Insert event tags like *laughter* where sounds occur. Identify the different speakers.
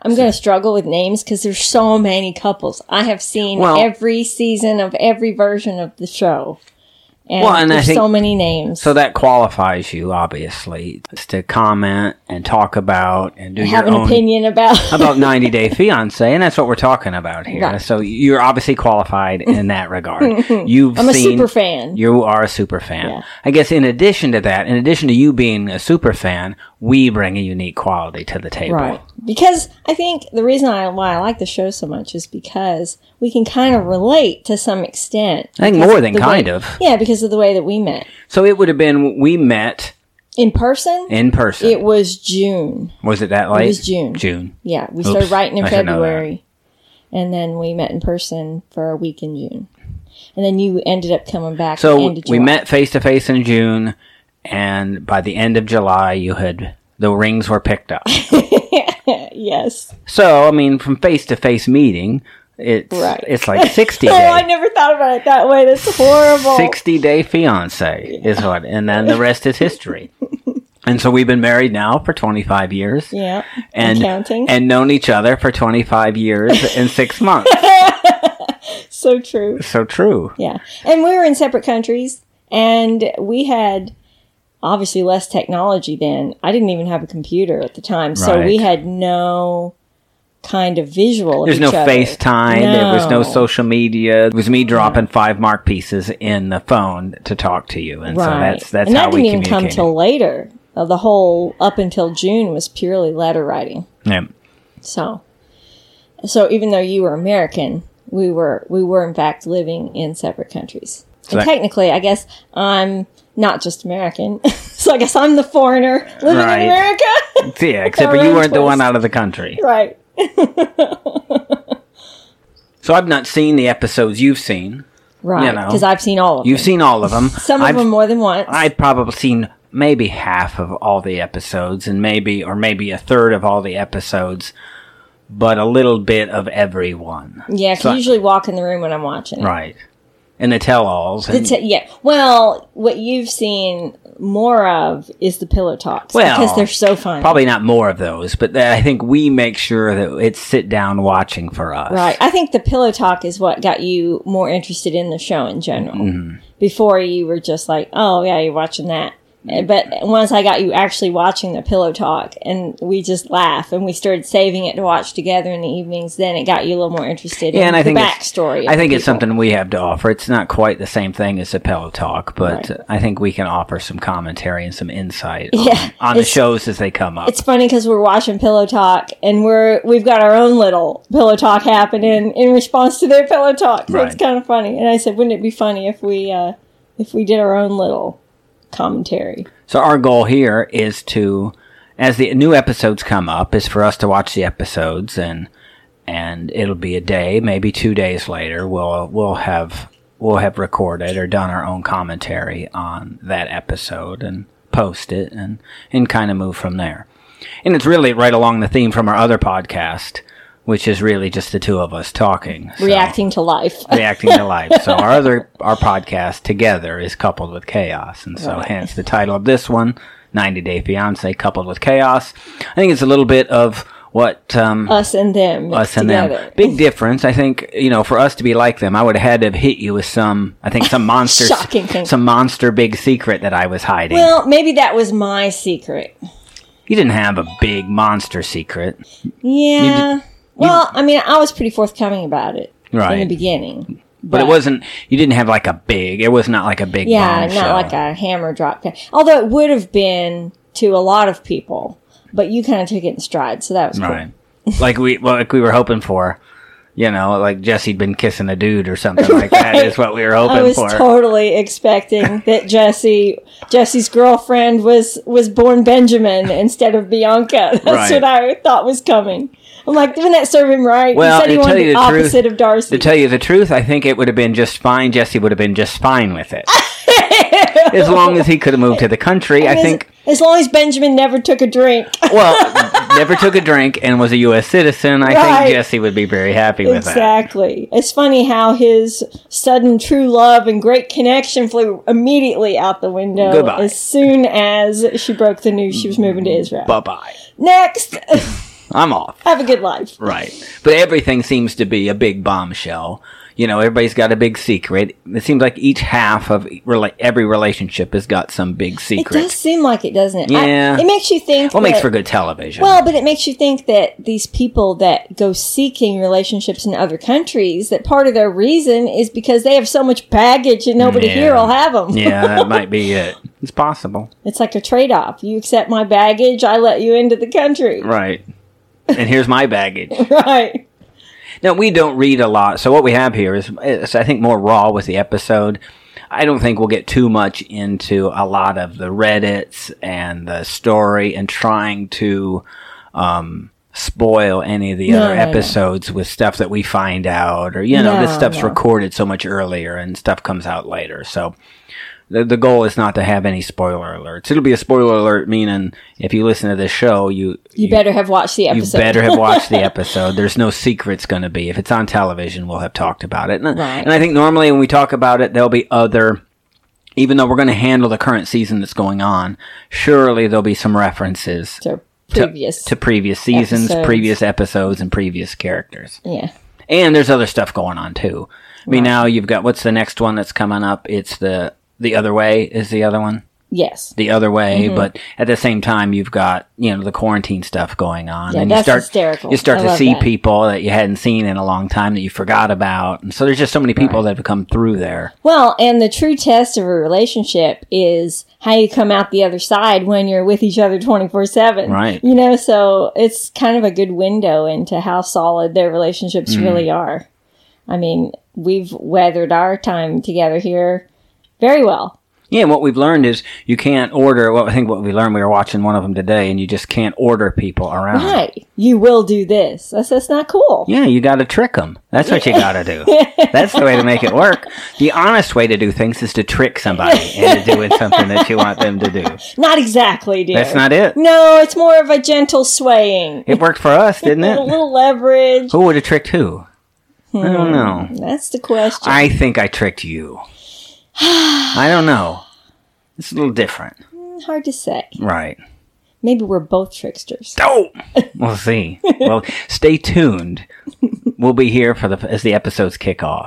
Speaker 1: I'm going to struggle with names because there's so many couples. I have seen
Speaker 2: Well-
Speaker 1: every season of every version of the show. And,
Speaker 2: Well, and I
Speaker 1: there's
Speaker 2: think-
Speaker 1: so many names.
Speaker 2: So that qualifies you, obviously, It's to comment and talk about and do
Speaker 1: I
Speaker 2: your
Speaker 1: have an
Speaker 2: own
Speaker 1: opinion about.
Speaker 2: *laughs* about 90 Day Fiance, and that's what we're talking about here.
Speaker 1: Right.
Speaker 2: So you're obviously qualified
Speaker 1: *laughs*
Speaker 2: in that regard.
Speaker 1: *laughs*
Speaker 2: You've
Speaker 1: I'm a
Speaker 2: seen,
Speaker 1: super fan.
Speaker 2: You are a super fan.
Speaker 1: Yeah.
Speaker 2: I guess in addition to that, in addition to you being a super fan, we bring a unique quality to the table.
Speaker 1: Right. Because I think the reason I, why I like the show so much is because we can kind of relate to some extent.
Speaker 2: I think
Speaker 1: Because
Speaker 2: more
Speaker 1: of
Speaker 2: than
Speaker 1: the way-
Speaker 2: kind of.
Speaker 1: Yeah, because of the way that we met.
Speaker 2: So it would have been we met
Speaker 1: In person,
Speaker 2: in person.
Speaker 1: it was June.
Speaker 2: was it that late?
Speaker 1: was June.
Speaker 2: June.
Speaker 1: Yeah, we
Speaker 2: Oops,
Speaker 1: started writing in
Speaker 2: I should know that.
Speaker 1: February. And then we met in person for a week in June. And then you ended up coming back. at the
Speaker 2: So
Speaker 1: end of
Speaker 2: we
Speaker 1: July.
Speaker 2: met face to face in June, and by the end of July, you had the rings were picked
Speaker 1: *laughs*
Speaker 2: up.
Speaker 1: Yes.
Speaker 2: so I mean, from face to face meeting, it's
Speaker 1: Right.
Speaker 2: it's
Speaker 1: *laughs*
Speaker 2: like sixty
Speaker 1: Oh, I
Speaker 2: day,
Speaker 1: never thought about it that way. That's horrible.
Speaker 2: sixty day fiance is what, and then the rest is
Speaker 1: *laughs*
Speaker 2: history. and so we've been married now for twenty five years,
Speaker 1: Yeah.
Speaker 2: and
Speaker 1: counting.
Speaker 2: and known each other for twenty five years and
Speaker 1: *laughs*
Speaker 2: six months.
Speaker 1: so true.
Speaker 2: so true.
Speaker 1: Yeah. And we were in separate countries and we had obviously less technology then. I didn't even have a computer at the time. So
Speaker 2: Right.
Speaker 1: we had no kind of visual. of
Speaker 2: There's no
Speaker 1: each other.
Speaker 2: FaceTime. There was no
Speaker 1: No.
Speaker 2: social media. It was me dropping five mark pieces in the phone to talk to you, and
Speaker 1: Right.
Speaker 2: so that's that's
Speaker 1: and
Speaker 2: how
Speaker 1: that didn't
Speaker 2: we
Speaker 1: even come
Speaker 2: communicated.
Speaker 1: till later. Uh, The whole up until June was purely letter writing.
Speaker 2: yeah.
Speaker 1: So, so even though you were American, we were we were in fact living in separate countries. and
Speaker 2: that-
Speaker 1: technically, I guess I'm not just American. *laughs* so I guess I'm the foreigner living
Speaker 2: Right.
Speaker 1: in America, *laughs*
Speaker 2: So, yeah, except
Speaker 1: Our
Speaker 2: you
Speaker 1: own
Speaker 2: weren't the one
Speaker 1: twist.
Speaker 2: out of the country.
Speaker 1: right?
Speaker 2: So I've not seen the episodes you've seen.
Speaker 1: Right.
Speaker 2: know.
Speaker 1: Because I've seen all of
Speaker 2: You've
Speaker 1: them.
Speaker 2: seen all of them.
Speaker 1: Some
Speaker 2: I've,
Speaker 1: of them more than once.
Speaker 2: I've probably seen maybe half of all the episodes, and maybe or maybe a third of all the episodes, but a little bit of every one.
Speaker 1: yeah, 'cause
Speaker 2: so I-
Speaker 1: I usually walk in the room when I'm watching. it.
Speaker 2: Right. And the tell-alls.
Speaker 1: The
Speaker 2: and-
Speaker 1: t- yeah. Well, what you've seen more of is the pillow talks
Speaker 2: Well,
Speaker 1: because they're so fun.
Speaker 2: Probably not more of those, but that- I think we make sure that it's sit down watching for us.
Speaker 1: Right. I think the pillow talk is what got you more interested in the show in general.
Speaker 2: Mm-hmm.
Speaker 1: Before you were just like, oh, yeah, you're watching that. Uh, But once I got you actually watching the pillow talk and we just laugh and we started saving it to watch together in the evenings, then it got you a little more interested
Speaker 2: Yeah,
Speaker 1: in
Speaker 2: and I
Speaker 1: the
Speaker 2: think it's-
Speaker 1: backstory. of
Speaker 2: I think it's
Speaker 1: people.
Speaker 2: something we have to offer. It's not quite the same thing as a pillow talk, but
Speaker 1: Right.
Speaker 2: I think we can offer some commentary and some insight
Speaker 1: Yeah,
Speaker 2: on, on the
Speaker 1: it's-
Speaker 2: shows as they come up.
Speaker 1: It's funny because we're watching Pillow Talk and we're we've got our own little Pillow Talk happening in response to their Pillow Talk. So it's
Speaker 2: Right.
Speaker 1: kind of funny. And I said, wouldn't it be funny if we uh, if we did our own little commentary?
Speaker 2: So our goal here is to, as the new episodes come up, is for us to watch the episodes and and it'll be a day, maybe two days later. We'll we'll have we'll have recorded or done our own commentary on that episode and post it and and kind of move from there. And it's really right along the theme from our other podcast, which is really just the two of us talking, so-
Speaker 1: reacting to life.
Speaker 2: reacting to life. So our other our podcast together is coupled with chaos, and so hence the title of this one, 90 Day Fiance coupled with chaos. I think it's a little bit of what um,
Speaker 1: Us and them.
Speaker 2: us and
Speaker 1: Uh, together.
Speaker 2: them. Big difference. I think, you know, for us to be like them, I would have had to have hit you with some, I
Speaker 1: *laughs*
Speaker 2: think some monster,
Speaker 1: Shocking thing.
Speaker 2: some monster big secret that I was hiding.
Speaker 1: Well, maybe that was my secret.
Speaker 2: you didn't have a big monster secret.
Speaker 1: Yeah. well, I mean, I was pretty forthcoming about it in the
Speaker 2: Right.
Speaker 1: beginning.
Speaker 2: But it wasn't, you didn't have like a big, it was not like a big
Speaker 1: Yeah, not
Speaker 2: bombshell.
Speaker 1: like a hammer drop. Although it would have been to a lot of people, but you kind of took it in stride, so that was cool.
Speaker 2: Right. like we well, like we were hoping for. You know, like Jesse'd been kissing a dude or something like that
Speaker 1: Right.
Speaker 2: is what we were
Speaker 1: I
Speaker 2: hoping
Speaker 1: was
Speaker 2: for. *laughs*
Speaker 1: totally expecting that Jesse, Jesse's girlfriend was was born Benjamin instead of Bianca. *laughs* That's
Speaker 2: Right.
Speaker 1: what I thought was coming. I'm like, didn't that serve him right?
Speaker 2: Well,
Speaker 1: he said he
Speaker 2: to tell
Speaker 1: wanted
Speaker 2: you
Speaker 1: the
Speaker 2: the truth-
Speaker 1: opposite of Darcy.
Speaker 2: to tell you the truth, I think it would have been just fine. Jesse would have been just fine
Speaker 1: *laughs*
Speaker 2: with it. as long as he could have moved to the country, I
Speaker 1: as,
Speaker 2: think.
Speaker 1: as long as Benjamin never took a drink.
Speaker 2: Well, never took a drink and was a U.S. citizen. I
Speaker 1: Right.
Speaker 2: think Jesse would be very happy with that.
Speaker 1: exactly. It's funny how his sudden true love and great connection flew immediately out the window
Speaker 2: Goodbye.
Speaker 1: as soon as she broke the news she was moving to Israel.
Speaker 2: Bye bye.
Speaker 1: Next. *laughs*
Speaker 2: I'm off.
Speaker 1: Have a good life.
Speaker 2: Right. But everything seems to be a big bombshell. You know, everybody's got a big secret. It seems like each half of rela- every relationship has got some big
Speaker 1: It
Speaker 2: secret.
Speaker 1: does seem like it, doesn't it?
Speaker 2: Yeah.
Speaker 1: I, it makes you think.
Speaker 2: Well, it makes
Speaker 1: that-
Speaker 2: for good television.
Speaker 1: Well, but it makes you think that these people that go seeking relationships in other countries, that part of their reason is because they have so much baggage and nobody
Speaker 2: Yeah.
Speaker 1: here will have them.
Speaker 2: yeah, that might be it. It's possible.
Speaker 1: *laughs* It's like a trade off. You accept my baggage, I let you into the country.
Speaker 2: Right. And here's my baggage.
Speaker 1: *laughs* Right.
Speaker 2: Now we don't read a lot, so what we have here is, is I think more raw with the episode. I don't think we'll get too much into a lot of the Reddits and the story and trying to um, spoil any of the
Speaker 1: No,
Speaker 2: other
Speaker 1: no, no.
Speaker 2: episodes with stuff that we find out or you know this
Speaker 1: No,
Speaker 2: stuff's
Speaker 1: no.
Speaker 2: recorded so much earlier and stuff comes out later. So the, the goal is not to have any spoiler alerts. It'll be a spoiler alert meaning if you listen to this show, you
Speaker 1: You, better have watched the
Speaker 2: you
Speaker 1: episode.
Speaker 2: better have
Speaker 1: *laughs*
Speaker 2: watched the episode. There's no secrets going to be. If it's on television, we'll have talked about it. And, uh,
Speaker 1: Right.
Speaker 2: and I think normally when we talk about it, there'll be other, even though we're going to handle the current season that's going on, surely there'll be some references
Speaker 1: to previous.
Speaker 2: to previous seasons,
Speaker 1: Episodes.
Speaker 2: previous episodes, and previous characters.
Speaker 1: yeah.
Speaker 2: And there's other stuff going on too. I mean, now you've got what's the next one that's coming up? It's the the other way is the other one
Speaker 1: Yes.
Speaker 2: the other way,
Speaker 1: Mm-hmm.
Speaker 2: but at the same time, you've got you know the quarantine stuff going on,
Speaker 1: Yeah,
Speaker 2: and you
Speaker 1: that's
Speaker 2: start
Speaker 1: hysterical.
Speaker 2: you start
Speaker 1: I
Speaker 2: to
Speaker 1: love
Speaker 2: see
Speaker 1: that.
Speaker 2: people that you hadn't seen in a long time that you forgot about, and so there's just so many people that have come through there.
Speaker 1: Well, and the true test of a relationship is how you come out the other side when you're with each other 24 7.
Speaker 2: Right.
Speaker 1: You know, so it's kind of a good window into how solid their relationships
Speaker 2: Mm.
Speaker 1: really are. I mean, we've weathered our time together here very well.
Speaker 2: Yeah, and what we've learned is you can't order. Well, I think what we learned we were watching one of them today, and you just can't order people around.
Speaker 1: Right. You will do this. That's, that's not cool.
Speaker 2: Uh-huh. Yeah, you got to trick them. That's what you got
Speaker 1: *laughs*
Speaker 2: to do. That's the way to make it work. The honest way to do things is to trick somebody
Speaker 1: *laughs*
Speaker 2: into doing something that you want them to do.
Speaker 1: Not exactly, dear.
Speaker 2: That's not it.
Speaker 1: No, it's more of a gentle swaying.
Speaker 2: It worked for us, didn't
Speaker 1: A *laughs*
Speaker 2: it?
Speaker 1: little leverage.
Speaker 2: Who would have tricked who? I
Speaker 1: Hmm.
Speaker 2: don't know.
Speaker 1: That's the question.
Speaker 2: I think I tricked you. I don't know. It's a little different.
Speaker 1: Hard to say.
Speaker 2: Right.
Speaker 1: Maybe we're both tricksters.
Speaker 2: Oh! We'll see. well, stay tuned. We'll be here for the as the episodes kick off.